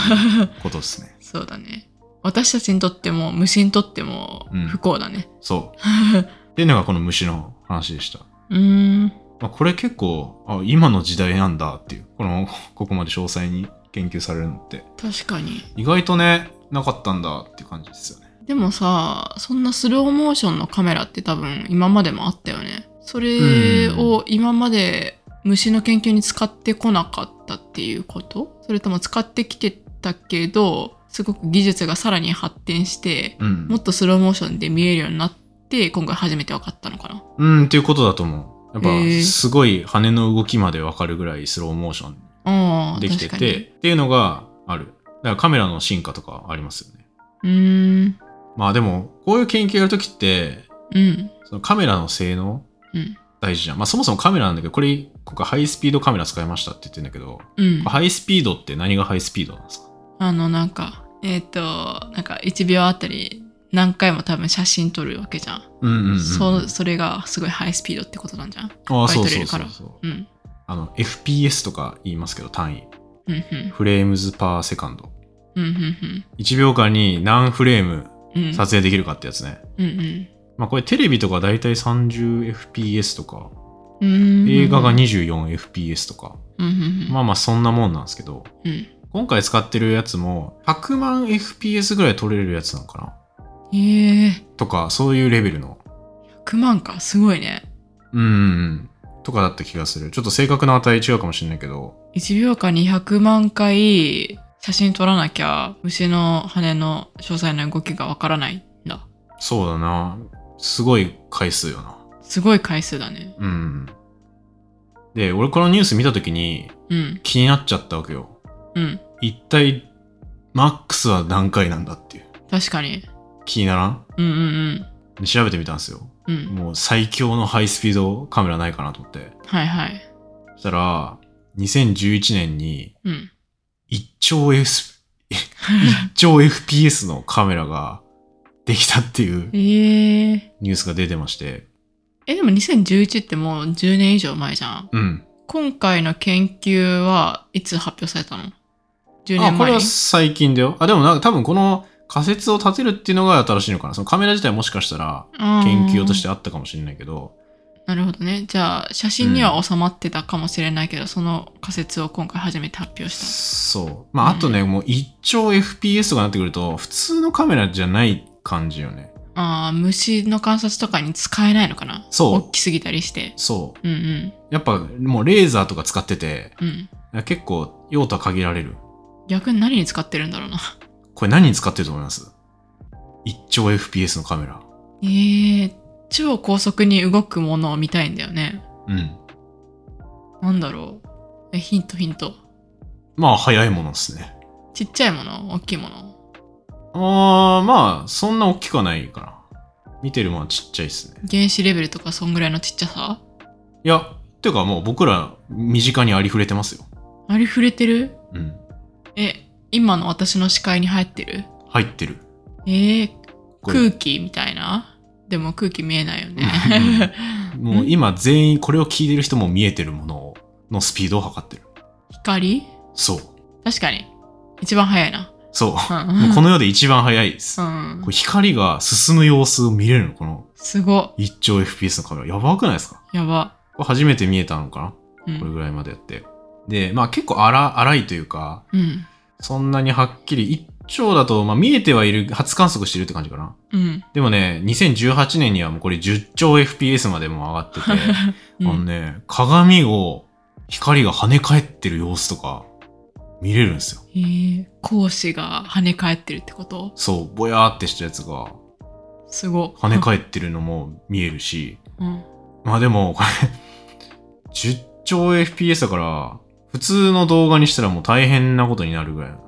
Speaker 2: ことですね
Speaker 1: そうだね。私たちにとっても虫にとっても
Speaker 2: うん
Speaker 1: 不幸だね。
Speaker 2: そう。っていうのがこの虫の話でした。
Speaker 1: うーん。
Speaker 2: まあ、これ結構、あ、今の時代なんだっていう、この、ここまで詳細に研究されるのって、
Speaker 1: 確かに。
Speaker 2: 意外とね、なかったんだっていう感じですよね。
Speaker 1: でもさ、そんなスローモーションのカメラって多分今までもあったよね。それを今まで虫の研究に使ってこなかったっていうことそれとも使ってきてたけど、すごく技術がさらに発展して、
Speaker 2: うん
Speaker 1: も。っとスローモーションで見えるようになって、今回初めて分かったのかな。
Speaker 2: うん、っていうことだと思う。やっ
Speaker 1: へー
Speaker 2: ぱ、すごい羽の動きまでわかるぐらいスローモーション
Speaker 1: ああ、
Speaker 2: できて
Speaker 1: 確
Speaker 2: て、っていうのがある。だからカメラの進化とかありますよね。
Speaker 1: かに。うーん。
Speaker 2: まあでも、こういう研究やるときって、
Speaker 1: うん。
Speaker 2: そのカメラの性能
Speaker 1: うん。
Speaker 2: 大事じゃん。まあそもそもカメラなんだけど、これ、今回ハイスピードカメラ使いましたって言ってんだけど、
Speaker 1: うん。
Speaker 2: ハイスピードって何がハイスピードなんですか
Speaker 1: あの、なんか、えっ、と、なんか1秒あたり何回も多分写真撮るわけじゃん。
Speaker 2: うんうんうんうん。
Speaker 1: そそれがすごいハイスピードってことなんじゃん
Speaker 2: あ
Speaker 1: ぱ
Speaker 2: あ、
Speaker 1: い
Speaker 2: そう
Speaker 1: 取れ
Speaker 2: そ
Speaker 1: る
Speaker 2: う
Speaker 1: か
Speaker 2: そ
Speaker 1: ら
Speaker 2: うそう。
Speaker 1: うん
Speaker 2: あの、FPS とか言いますけど、単位。
Speaker 1: うんうん
Speaker 2: フレームズパーセカンド。
Speaker 1: うんうん
Speaker 2: 1秒間に何フレーム
Speaker 1: うんうん
Speaker 2: 撮影できるかってやつね。
Speaker 1: うんうん
Speaker 2: まあこれテレビとかだいたい 30fps とか、
Speaker 1: うーん
Speaker 2: 映画が 24fps とか、
Speaker 1: うんうんうん
Speaker 2: まあまあそんなもんなんですけど、
Speaker 1: うん
Speaker 2: 今回使ってるやつも100万 fps ぐらい撮れるやつなのかな
Speaker 1: ええ
Speaker 2: とか、そういうレベルの。
Speaker 1: 100万かすごいね
Speaker 2: うんうんうん。とかだった気がする。ちょっと正確な値違うかもしれないけど、
Speaker 1: 1秒間に100万回写真撮らなきゃ虫の羽の詳細な動きがわからないんだ
Speaker 2: そうだな。すごい回数よな。
Speaker 1: すごい回数だね
Speaker 2: うん。で、俺このニュース見たときに
Speaker 1: うん
Speaker 2: 気になっちゃったわけよ。
Speaker 1: うん
Speaker 2: 一体、マックスは何回なんだっていう。
Speaker 1: 確かに
Speaker 2: 気にならん
Speaker 1: うんうん
Speaker 2: で調べてみたんですよ。
Speaker 1: うんうん
Speaker 2: もう最強のハイスピードカメラないかなと思って。
Speaker 1: はいはい
Speaker 2: そしたら、2011年に
Speaker 1: うん
Speaker 2: 1兆 S、1兆 FPS のカメラができたっていう
Speaker 1: ええ
Speaker 2: ニュースが出てまして。
Speaker 1: えでも2011ってもう10年以上前じゃん
Speaker 2: うん。
Speaker 1: 今回の研究はいつ発表されたの ?10
Speaker 2: あ、
Speaker 1: 年
Speaker 2: こ
Speaker 1: 前
Speaker 2: れは
Speaker 1: に。。
Speaker 2: 最近だよ。あ、でもなんか多分この仮説を立てるっていうのが新しいのかな。そのカメラ自体もしかしたら研究としててあったかもしれないけど、
Speaker 1: なるほどね。じゃあ、写真には収まってたかもしれないけど、その仮説を今回初めて発表し
Speaker 2: そう。まああとね、もう1兆 FPS とかになってくると、普通のカメラじゃない感じよね。
Speaker 1: た。ああ、虫の観察とかに使えないのかな
Speaker 2: そう
Speaker 1: 大きすぎたりして。
Speaker 2: そ
Speaker 1: うんうん
Speaker 2: う。やっぱもうレーザーとか使ってて、
Speaker 1: うん。
Speaker 2: 結構用途は限られる。
Speaker 1: 逆に何に使ってるんだろうな。
Speaker 2: これ何に使ってると思います ?1 兆 FPS のカメラ。
Speaker 1: えー、超高速に動くものを見たいんだよね。
Speaker 2: うん。
Speaker 1: なんだろう。え、ヒントヒント。
Speaker 2: まあ早いものですね。
Speaker 1: ちっちゃいもの大きいもの
Speaker 2: あー、まあそんな大きくはないかな。見てるものはちっちゃいですね。
Speaker 1: 原子レベルとかそんぐらいのちっちゃさ
Speaker 2: いや、てかもう僕ら身近にありふれてますよ。
Speaker 1: ありふれてる
Speaker 2: うん。
Speaker 1: え、今の私の視界に入ってる
Speaker 2: 入ってる。
Speaker 1: えー、
Speaker 2: これ
Speaker 1: 空気みたいなでも空気見えないよね。
Speaker 2: もう今全員これを聞いてる人も見えてるものを、のスピードを測ってる。
Speaker 1: 光
Speaker 2: そう。
Speaker 1: 確かに。一番早いな。
Speaker 2: そう。
Speaker 1: うん
Speaker 2: もうこの世で一番早いです。
Speaker 1: うん
Speaker 2: これ光が進む様子を見れるの、この
Speaker 1: すご
Speaker 2: 1兆 FPS のカメラ。やばくないですか
Speaker 1: い。やば。
Speaker 2: これ初めて見えたのか
Speaker 1: う
Speaker 2: なんこれぐらいまでやって。で、まあ結構荒荒いというか、
Speaker 1: うん。
Speaker 2: そんなにはっきり、1兆だと、まあ見えてはいる、初観測してるって感じかな。
Speaker 1: うん。
Speaker 2: でもね、2018年にはもうこれ10兆 FPS までもう上がってて、
Speaker 1: う
Speaker 2: あの
Speaker 1: ん、
Speaker 2: ね、鏡を、光が跳ね返ってる様子とか、見れるんですよ。
Speaker 1: えー、講師が跳ね返ってるってこと
Speaker 2: そう、ぼやーってしたやつが、
Speaker 1: すご。
Speaker 2: 跳ね返ってるのも見えるし、
Speaker 1: うん。
Speaker 2: まあでも、これ、10兆 FPS だから、普通の動画にしたらもう大変なことになるぐらいの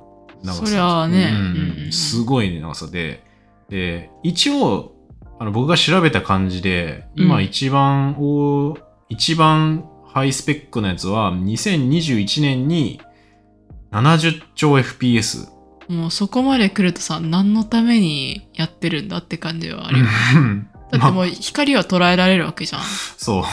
Speaker 2: 長さ。
Speaker 1: そりゃあね
Speaker 2: うん
Speaker 1: うん
Speaker 2: うん、すごい長さで、で、一応、あの僕が調べた感じで、今
Speaker 1: うん
Speaker 2: 一番お、一番ハイスペックなやつは、2021年に70兆 FPS。
Speaker 1: もうそこまで来るとさ何のためにやってるんだって感じはあるよ、だってもう光は捉えられるわけじゃん
Speaker 2: そう。い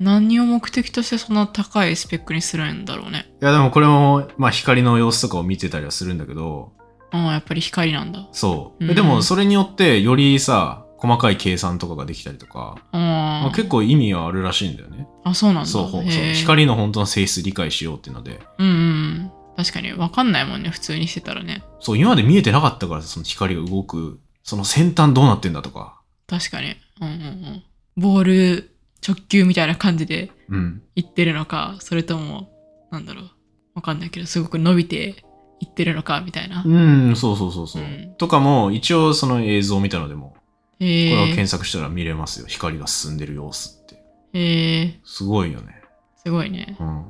Speaker 1: 何を目的としてそんな高いスペックにするんだろうね
Speaker 2: やでもこれも、まあ光の様子とかを見てたりはするんだけど、
Speaker 1: ああやっぱり光なんだ
Speaker 2: そう。
Speaker 1: うん
Speaker 2: でもそれによってよりさ、細かい計算とかができたりとか、まあ、
Speaker 1: あ
Speaker 2: 結構意味はあるらしいんだよね。
Speaker 1: ああそうなんだ
Speaker 2: そうほう
Speaker 1: へ
Speaker 2: そう
Speaker 1: え
Speaker 2: 光の本当の性質理解しようっていうので、
Speaker 1: うんうん確かに分かんないもんね普通にしてたらね
Speaker 2: そう、今まで見えてなかったからさその光が動く、その先端どうなってんだとか。
Speaker 1: 確かにうんうんうんボール直球みたいな感じで
Speaker 2: うん。
Speaker 1: いってるのかそれともなんだろう分かんないけどすごく伸びていってるのかみたいな、
Speaker 2: うん、そうそうそうそう。
Speaker 1: うん
Speaker 2: とかも、一応その映像を見たのでも、
Speaker 1: へ
Speaker 2: こ
Speaker 1: え
Speaker 2: れを検索したら見れますよ。光が進んでる様子って。
Speaker 1: へえ
Speaker 2: すごいよね。
Speaker 1: すごいね
Speaker 2: うん。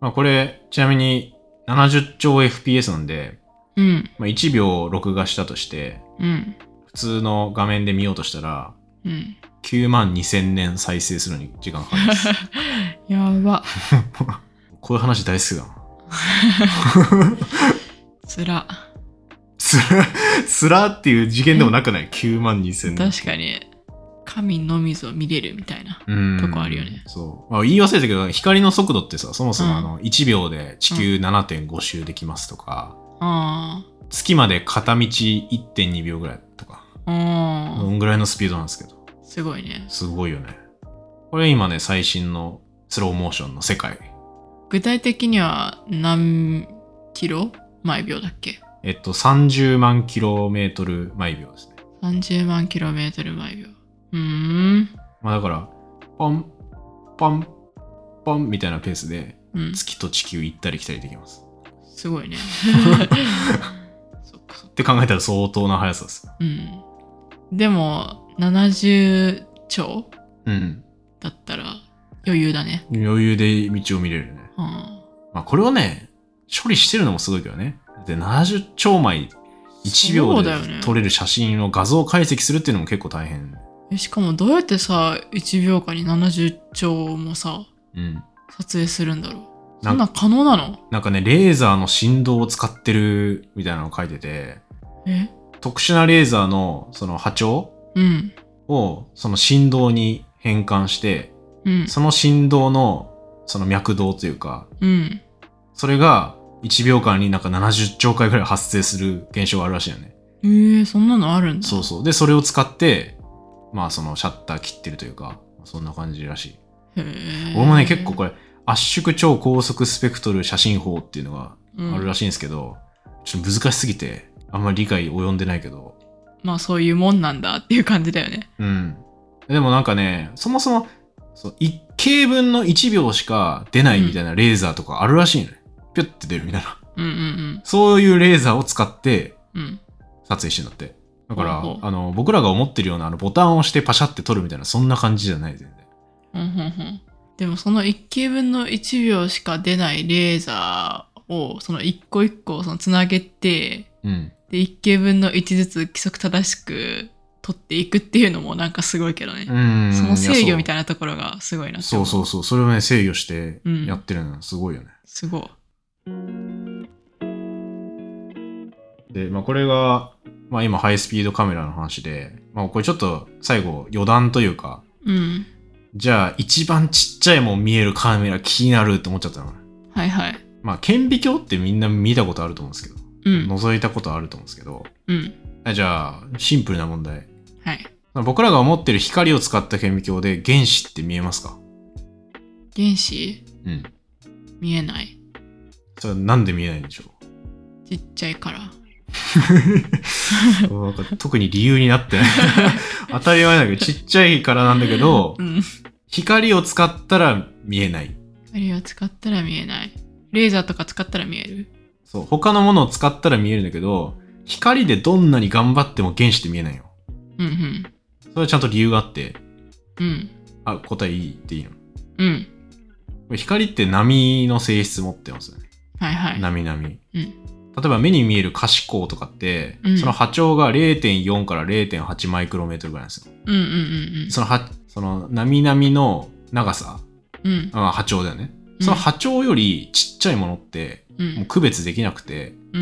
Speaker 2: まあこれ、ちなみに70兆 FPS なんで、
Speaker 1: うん
Speaker 2: まあ、1秒録画したとして、
Speaker 1: うん
Speaker 2: 普通の画面で見ようとしたら、
Speaker 1: うん
Speaker 2: 9万2000年再生するのに時間かか ります。
Speaker 1: やば
Speaker 2: こういう話大好きだな。
Speaker 1: つら
Speaker 2: つら、 つらっていう次元でもなくない ?9 万2000年。
Speaker 1: 確かに神のみぞ見れるみたいな
Speaker 2: うん
Speaker 1: とこあるよね。
Speaker 2: そう。まあ、言い忘れたけど、光の速度ってさ、そもそも
Speaker 1: うん
Speaker 2: あの、1秒で地球7.5周できますとか、
Speaker 1: あ
Speaker 2: 月まで片道1.2秒ぐらいとか、
Speaker 1: ーあ
Speaker 2: そ
Speaker 1: ー
Speaker 2: んぐらいのスピードなんですけど、
Speaker 1: すごいね
Speaker 2: すごいよね。これ今ね、最新のスローモーションの世界。
Speaker 1: 具体的には何キロ毎秒だっけ
Speaker 2: えっと、30万キロメートル毎秒ですね。
Speaker 1: 30万キロメートル毎秒うーん
Speaker 2: まあだから、ポン、ポン、ポンみたいなペースで、
Speaker 1: うん
Speaker 2: 月と地球行ったり来たりできます。
Speaker 1: すごいね そっかそっか
Speaker 2: って考えたら相当な速さです。
Speaker 1: うんでも70兆
Speaker 2: うん。
Speaker 1: だったら余裕だね
Speaker 2: 余裕で道を見れるよね。
Speaker 1: うん
Speaker 2: まあこれをね、処理してるのもすごいけどね。で、70兆枚、1
Speaker 1: そ
Speaker 2: 秒
Speaker 1: う
Speaker 2: で
Speaker 1: だよね
Speaker 2: 撮れる写真を画像解析するっていうのも結構大変。
Speaker 1: えしかもどうやってさ1秒間に70兆もさ
Speaker 2: うん。
Speaker 1: 撮影するんだろう
Speaker 2: な
Speaker 1: そんなんん可能なの
Speaker 2: なんかね、レーザーの振動を使ってるみたいなのを書いてて、
Speaker 1: え
Speaker 2: 特殊なレーザーのその波長
Speaker 1: うん
Speaker 2: をその振動に変換して、
Speaker 1: うん
Speaker 2: その振動のその脈動というか、
Speaker 1: うん
Speaker 2: それが1秒間になんか70兆回ぐらい発生する現象があるらしいよね。
Speaker 1: えー、そんなのあるんだ
Speaker 2: そうそう。で、それを使って、まあそのシャッター切ってるというか、そんな感じらしい。
Speaker 1: へー
Speaker 2: 俺もね、結構これ、圧縮超高速スペクトル写真法っていうのが
Speaker 1: うん
Speaker 2: あるらしいんですけど、ちょっと難しすぎて、あんまり理解及んでないけど、
Speaker 1: まあそういうもんなんだっていう感じだよね
Speaker 2: うん。でもなんかね、そもそも、そう1径分の1秒しか出ないみたいなレーザーとかあるらしいのね。ぴょって出るみたいな。
Speaker 1: うんうん
Speaker 2: そういうレーザーを使って
Speaker 1: うんうん
Speaker 2: 撮影してんだって。だから、
Speaker 1: ほうほう
Speaker 2: あの、僕らが思ってるような、あの、ボタンを押してパシャって撮るみたいな、そんな感じじゃない、全然。
Speaker 1: うんうんうんでもその1球分の1秒しか出ないレーザーをその1個1個そのつなげて
Speaker 2: うん。
Speaker 1: で1球分の1ずつ規則正しく取っていくっていうのもなんかすごいけどね、
Speaker 2: うん。
Speaker 1: その制御み
Speaker 2: い
Speaker 1: たいなところがすごいな
Speaker 2: な。
Speaker 1: って
Speaker 2: そ
Speaker 1: 思
Speaker 2: うそうそう。それをね、制御して
Speaker 1: うん
Speaker 2: やってるの、すごいよね。
Speaker 1: すごい
Speaker 2: で、まあ、これが、まあ、今、ハイスピードカメラの話で、まあ、これちょっと、最後、余談というか、
Speaker 1: うん
Speaker 2: じゃあ、一番ちっちゃいもん見えるカメラ気になるって思っちゃったの。
Speaker 1: はいはい
Speaker 2: まあ、顕微鏡ってみんな見たことあると思うんですけど、
Speaker 1: うん
Speaker 2: 覗いたことあると思うんですけど、
Speaker 1: うん
Speaker 2: はいじゃあ、シンプルな問題。
Speaker 1: はい
Speaker 2: 僕らが思ってる光を使った顕微鏡で原子って見えますか
Speaker 1: 原子
Speaker 2: うん。
Speaker 1: 見えない
Speaker 2: それはなんで見えないんでしょ
Speaker 1: ちっちゃいから
Speaker 2: う なんか特に理由にな ってない。当たり前だけど、ちっちゃいからなんだけど
Speaker 1: う、ん
Speaker 2: 光を使ったら見えない。
Speaker 1: 光を使ったら見えないレーザーとか使ったら見える
Speaker 2: そう。他のものを使ったら見えるんだけど、光でどんなに頑張っても原子って見えないよ。
Speaker 1: うんうん
Speaker 2: それはちゃんと理由があって、
Speaker 1: うん
Speaker 2: あ、答えいいっていいの。こ
Speaker 1: うん
Speaker 2: れ光って波の性質持ってますよね。
Speaker 1: はいはい
Speaker 2: 波波。
Speaker 1: うん
Speaker 2: 例えば目に見える可視光とかって、
Speaker 1: うん
Speaker 2: その波長が0.4から0.8マイクロメートルぐらいなんですよ。
Speaker 1: うんうん
Speaker 2: そのはその波々の長さ、
Speaker 1: うんうんうん
Speaker 2: あ波長だよね。その波長よりちっちゃいものって
Speaker 1: う
Speaker 2: もうん区別できなくて
Speaker 1: うー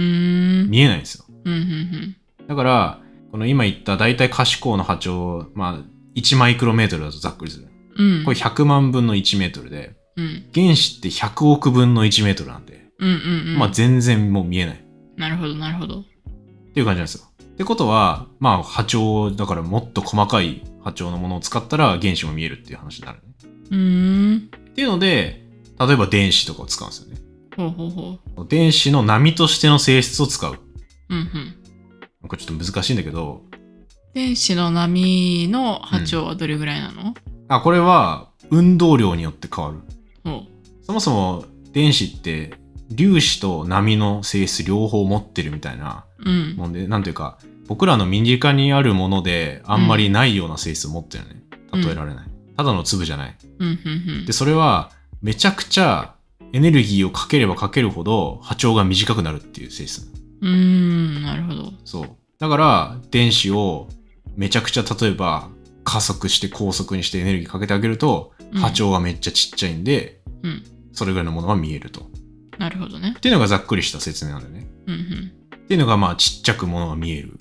Speaker 1: ん
Speaker 2: 見えないんですよ。
Speaker 1: うんうん
Speaker 2: だから、この今言った大体可視光の波長、まあ1マイクロメートルだとざっくりする。
Speaker 1: うんうん
Speaker 2: これ100万分の1メートルで、
Speaker 1: うん
Speaker 2: 原子って100億分の1メートルなんで、
Speaker 1: うんうんうん
Speaker 2: まあ全然もう見えない。
Speaker 1: なるほどなるほど
Speaker 2: っていう感じなんですよ。ってことは、まあ波長、だからもっと細かい波長のものを使ったら原子も見えるっていう話になる、ね。
Speaker 1: うーん
Speaker 2: っていうので、例えば電子とかを使うんですよね。
Speaker 1: ほうほうほ
Speaker 2: 電子の波としての性質を使う。
Speaker 1: ううんうん
Speaker 2: これちょっと難しいんだけど、
Speaker 1: 電子の波の波長はどれぐらいなの、
Speaker 2: あ、これは運動量によって変わる。
Speaker 1: ほ
Speaker 2: そもそも電子って粒子と波の性質両方持ってるみたいな
Speaker 1: ううん
Speaker 2: もんで、なんていうか、僕らの身近にあるものであんまりないような性質を持ってるよね。
Speaker 1: うん
Speaker 2: 例えられない。ただの粒じゃない。
Speaker 1: うんうんうん
Speaker 2: でそれはめちゃくちゃエネルギーをかければかけるほど波長が短くなるっていう性質
Speaker 1: うーんなるほど
Speaker 2: そうだから電子をめちゃくちゃ例えば加速して高速にしてエネルギーかけてあげると
Speaker 1: うん
Speaker 2: 波長がめっちゃちっちゃいんで、
Speaker 1: うん
Speaker 2: それぐらいのものが見えるとっ
Speaker 1: なるほどね
Speaker 2: ていうのがざっくりした説明なんだよね
Speaker 1: うんうん
Speaker 2: っていうのがまあちっちゃくものが見えるっ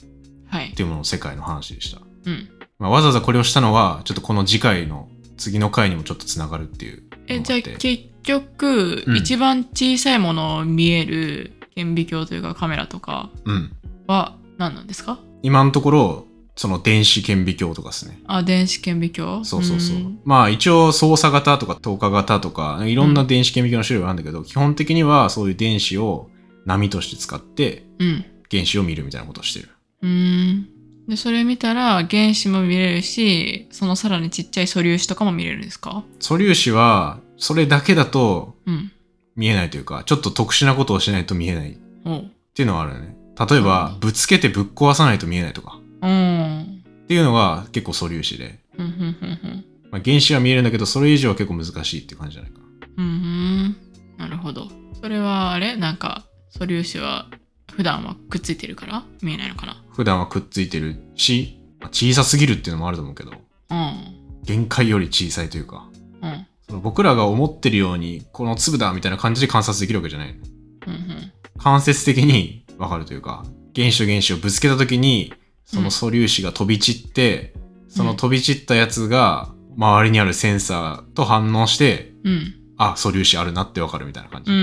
Speaker 1: はい
Speaker 2: ていうものの世界の話でした、
Speaker 1: うん
Speaker 2: まあ、わざわざこれをしたのはちょっとこの次回の次の回にもちょっとつながるっていう
Speaker 1: え
Speaker 2: の
Speaker 1: じゃ
Speaker 2: が
Speaker 1: あ
Speaker 2: あって
Speaker 1: 結局、
Speaker 2: うん
Speaker 1: 一番小さいものを見える顕微鏡というかカメラとか
Speaker 2: うん
Speaker 1: は何なんですか
Speaker 2: 今のところその電子顕微鏡とかですね
Speaker 1: あ電子顕微鏡
Speaker 2: そうそうそう。
Speaker 1: ん
Speaker 2: まあ一応操作型とか透過型とかいろんな電子顕微鏡の種類はあるんだけど、基本的にはそういう電子を波として使って
Speaker 1: うん
Speaker 2: 原子を見るみたいなことをしてる。
Speaker 1: うーんでそれ見たら原子も見れるしそのさらにちっちゃい素粒子とかも見れるんですか
Speaker 2: 素粒子はそれだけだと
Speaker 1: うん
Speaker 2: 見えないというかちょっと特殊なことをしないと見えないっ
Speaker 1: おう
Speaker 2: ていうのはあるよね。例えばぶつけてぶっ壊さないと見えないとか
Speaker 1: うん
Speaker 2: っていうのが結構素粒子で、
Speaker 1: ふんふんふんふん
Speaker 2: まあ、原子は見えるんだけどそれ以上は結構難しいっていう感じじゃないかな。
Speaker 1: うーんなるほどそれはあれなんか素粒子は普段はくっついてるから見えないのか
Speaker 2: 普段はくっついてるし、まあ小さすぎるっていうのもあると思うけど
Speaker 1: な
Speaker 2: 限界より小さいというか。
Speaker 1: うんうん
Speaker 2: その僕らが思ってるようにこの粒だみたいな感じで観察できるわけじゃな
Speaker 1: う
Speaker 2: い
Speaker 1: んうん
Speaker 2: 間接的に分かるというか原子と原子をぶつけた時にその素粒子が飛び散って、その飛び散ったやつが周りにあるセンサーと反応して
Speaker 1: うん
Speaker 2: あ素粒子あるなって分かるみたいな感
Speaker 1: う
Speaker 2: じ、
Speaker 1: んうん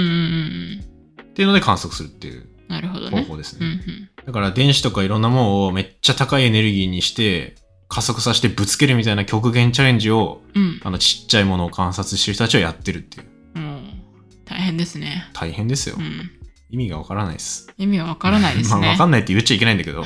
Speaker 1: う
Speaker 2: っ
Speaker 1: ん
Speaker 2: ていうので観測するっていう
Speaker 1: うんなるほど
Speaker 2: 方
Speaker 1: ね
Speaker 2: 法です
Speaker 1: う
Speaker 2: ね、
Speaker 1: んうん
Speaker 2: だから電子とかいろんなものをめっちゃ高いエネルギーにして加速させてぶつけるみたいな極限チャレンジを
Speaker 1: うん
Speaker 2: あのちっちゃいものを観察してる人たちはやってるっていう
Speaker 1: もう大変ですね
Speaker 2: 大変ですよ、
Speaker 1: うん
Speaker 2: 意味がわからないです
Speaker 1: 意味がわからないですね、
Speaker 2: まあ、わかんないって言っちゃいけないんだけ ど、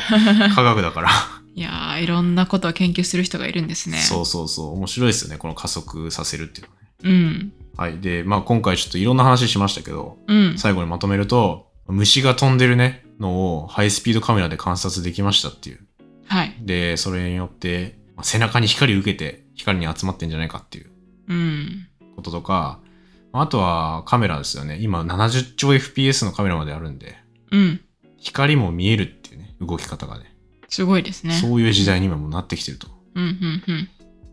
Speaker 2: 科学だから。
Speaker 1: いやーいろんなことを研究する人がいるんですね
Speaker 2: そうそうそう、面白いですよね、この加速させるっていうのね。
Speaker 1: うん
Speaker 2: はい。で、まあ今回ちょっといろんな話しましたけど、
Speaker 1: うん
Speaker 2: 最後にまとめると、虫が飛んでるね、のをハイスピードカメラで観察できましたっていう。
Speaker 1: はい
Speaker 2: で、それによって、まあ背中に光受けて、光に集まってんじゃないかっていう
Speaker 1: うん
Speaker 2: こととか、まああとはカメラですよね。今70兆 FPS のカメラまであるんで、
Speaker 1: うん
Speaker 2: 光も見えるっていうね、動き方がね。
Speaker 1: すごいですね
Speaker 2: そういう時代に今もうなってきてると。
Speaker 1: うんうんうん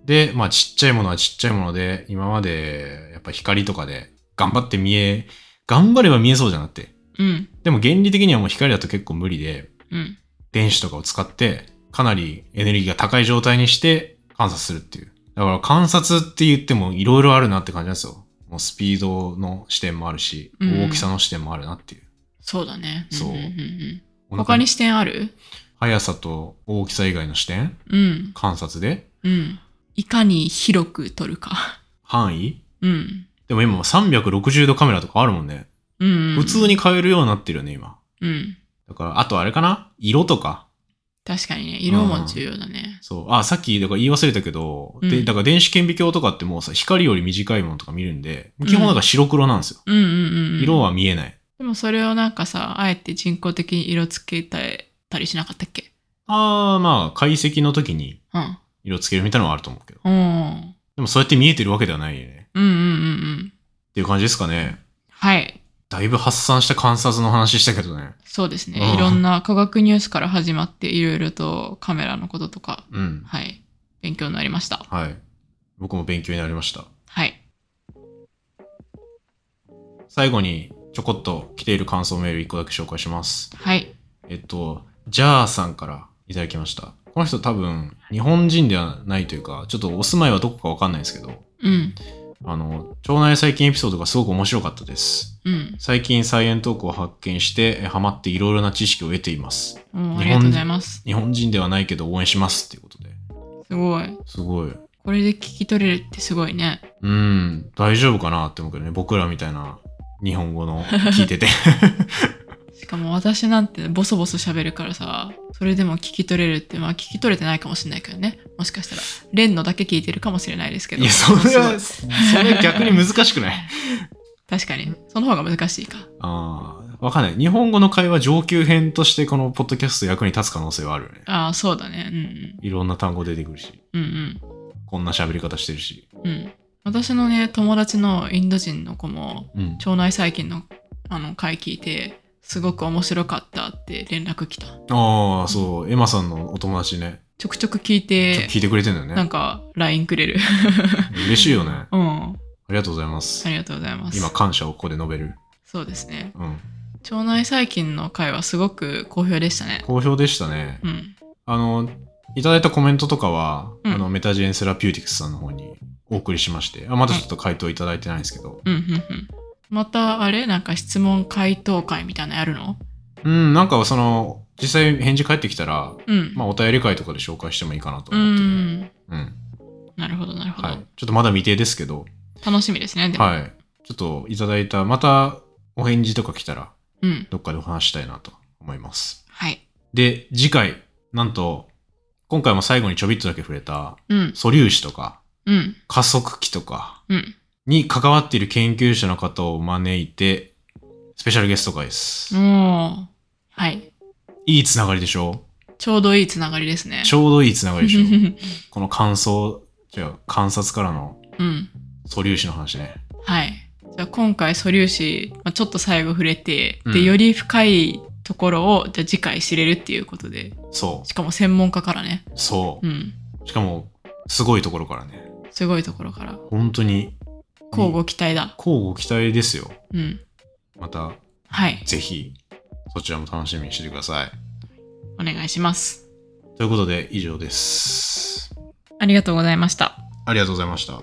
Speaker 2: で、まあちっちゃいものはちっちゃいもので、今までやっぱ光とかで頑張って見え、頑張れば見えそうじゃなくて。
Speaker 1: うん
Speaker 2: でも原理的にはもう光だと結構無理で、
Speaker 1: うん
Speaker 2: 電子とかを使ってかなりエネルギーが高い状態にして観察するっていう。だから観察って言ってもいろいろあるなって感じなんですよ。もうスピードの視点もあるし、
Speaker 1: うん
Speaker 2: 大きさの視点もあるなっていう。
Speaker 1: そうだね
Speaker 2: そうん
Speaker 1: んんう
Speaker 2: お
Speaker 1: ん、
Speaker 2: 腹
Speaker 1: 他に視点ある
Speaker 2: 速さと大きさ以外の視点
Speaker 1: うん
Speaker 2: 観察で
Speaker 1: うんいかに広く撮るか
Speaker 2: 範囲
Speaker 1: うん
Speaker 2: でも今もう360度カメラとかあるもんね。
Speaker 1: うん
Speaker 2: 普通に買えるようになってるよね、今。
Speaker 1: うん
Speaker 2: だから、あとあれかな色とか。
Speaker 1: 確かにね色も重要だね
Speaker 2: そう。あ、さっき、だから言い忘れたけど、
Speaker 1: う
Speaker 2: で、
Speaker 1: ん
Speaker 2: だから電子顕微鏡とかってもうさ、光より短いものとか見るんで、基本なんか白黒なんですよ。
Speaker 1: うんうんうんうん
Speaker 2: 色は見えない。
Speaker 1: でもそれをなんかさあえて人工的に色つけたりしなかったっけ
Speaker 2: あー、まあ、解析の時に
Speaker 1: うん
Speaker 2: 色つけるみたいなのはあると思うけど。
Speaker 1: うん
Speaker 2: でもそうやって見えてるわけではないよね。
Speaker 1: うんうんうんうん
Speaker 2: っていう感じですかね。
Speaker 1: はい
Speaker 2: だいぶ発散した観察の話したけどね。
Speaker 1: そうです
Speaker 2: うん
Speaker 1: ね。いろんな科学ニュースから始まって、いろいろとカメラのこととか、
Speaker 2: うん。
Speaker 1: はい、勉強になりました。
Speaker 2: はい。僕も勉強になりました。
Speaker 1: はい。
Speaker 2: 最後に、ちょこっと来ている感想メール1個だけ紹介します。
Speaker 1: はい。
Speaker 2: えっと、ジャーさんからいただきました。この人多分、日本人ではないというか、ちょっとお住まいはどこかわかんないですけど、
Speaker 1: うん。
Speaker 2: あの、腸内細菌エピソードがすごく面白かったです。
Speaker 1: うん。
Speaker 2: 最近サイエントークを発見して、えハマっていろいろな知識を得ています。
Speaker 1: おーありがとうございます。
Speaker 2: 日本人ではないけど応援しますっていうことで。
Speaker 1: すごい。
Speaker 2: すごい。
Speaker 1: これで聞き取れるってすごいね。
Speaker 2: うん、大丈夫かなって思うけどね、僕らみたいな日本語の聞いて て。
Speaker 1: しかも私なんてボソボソ喋るからさ、それでも聞き取れるって、まあ聞き取れてないかもしれないけどね。もしかしたら、レンのだけ聞いてるかもしれないですけど。
Speaker 2: いや、それは、
Speaker 1: す
Speaker 2: それは逆に難しくない
Speaker 1: ごい確かに。その方が難しいか。
Speaker 2: ああ、わかんない。日本語の会話上級編としてこのポッドキャスト役に立つ可能性はあるよね。
Speaker 1: ああ、そうだね。うん
Speaker 2: いろんな単語出てくるし、
Speaker 1: うん。うん
Speaker 2: こんな喋り方してるし。
Speaker 1: うん。うん。私のね、友達のインド人の子も、
Speaker 2: うん。
Speaker 1: 腸内細菌のあの回聞いて、すごく面白かったって連絡来た。
Speaker 2: ああ、そう、エマさんのお友達ね、
Speaker 1: ちょくちょく聞い
Speaker 2: ちょってと、聞いてくれてんだよ
Speaker 1: な
Speaker 2: ね
Speaker 1: ん。か LINE くれる。
Speaker 2: 嬉しいよね。あ
Speaker 1: うん。あ
Speaker 2: りがとうございます。
Speaker 1: りがとうございます。
Speaker 2: 今、感謝をここで述べる。
Speaker 1: そうですね。
Speaker 2: うん。
Speaker 1: 腸内細菌の回はすごく好評でしたね。
Speaker 2: 好評でしたね。
Speaker 1: うん。
Speaker 2: あの、いただいたコメントとかは、
Speaker 1: うん
Speaker 2: あのメタジェンセラピューティクスさんの方にお送りしまして、あまだちょっと回答いただいてないんですけど、
Speaker 1: うん、うん、うん。また、あれなんか質問回答会みたいなのやるの
Speaker 2: うん、なんかその、実際返事返ってきたら、
Speaker 1: うん。
Speaker 2: まあ、お便り会とかで紹介してもいいかなと
Speaker 1: う
Speaker 2: 思ってて、
Speaker 1: ん。
Speaker 2: うん
Speaker 1: なるほど、なるほど。
Speaker 2: はい。ちょっとまだ未定ですけど、
Speaker 1: 楽しみですね、でも。
Speaker 2: はい。ちょっといただいた、またお返事とか来たら、
Speaker 1: うん。
Speaker 2: どっかでお話したいなと思います。
Speaker 1: はい。
Speaker 2: で、次回、なんと、今回も最後にちょびっとだけ触れた、
Speaker 1: うん。
Speaker 2: 素粒子とか、
Speaker 1: うん。
Speaker 2: 加速器とか、
Speaker 1: うん。
Speaker 2: に関わっている研究者の方を招いて、スペシャルゲスト会です。
Speaker 1: もう、はい。
Speaker 2: いいつながりでしょ
Speaker 1: ちょうどいいつながりですね。
Speaker 2: ちょうどいいつながりでしょ
Speaker 1: う
Speaker 2: この感想、じゃあ観察からの
Speaker 1: ん。
Speaker 2: 素粒子の話ね。
Speaker 1: はい。じゃあ今回素粒子、まあ、ちょっと最後触れて、
Speaker 2: うん
Speaker 1: で、より深いところを、じゃあ次回知れるっていうことで、
Speaker 2: そ
Speaker 1: しかも専門家からね。
Speaker 2: う。そ
Speaker 1: うん。
Speaker 2: う。しかも、すごいところからね。
Speaker 1: すごいところから。
Speaker 2: 本当に、
Speaker 1: 交互期待だ。
Speaker 2: 交互期待ですよ。
Speaker 1: うん。
Speaker 2: また、
Speaker 1: はい。
Speaker 2: ぜひ、そちらも楽しみにしててください。
Speaker 1: お願いします。
Speaker 2: ということで、以上です。
Speaker 1: ありがとうございました。
Speaker 2: ありがとうございました。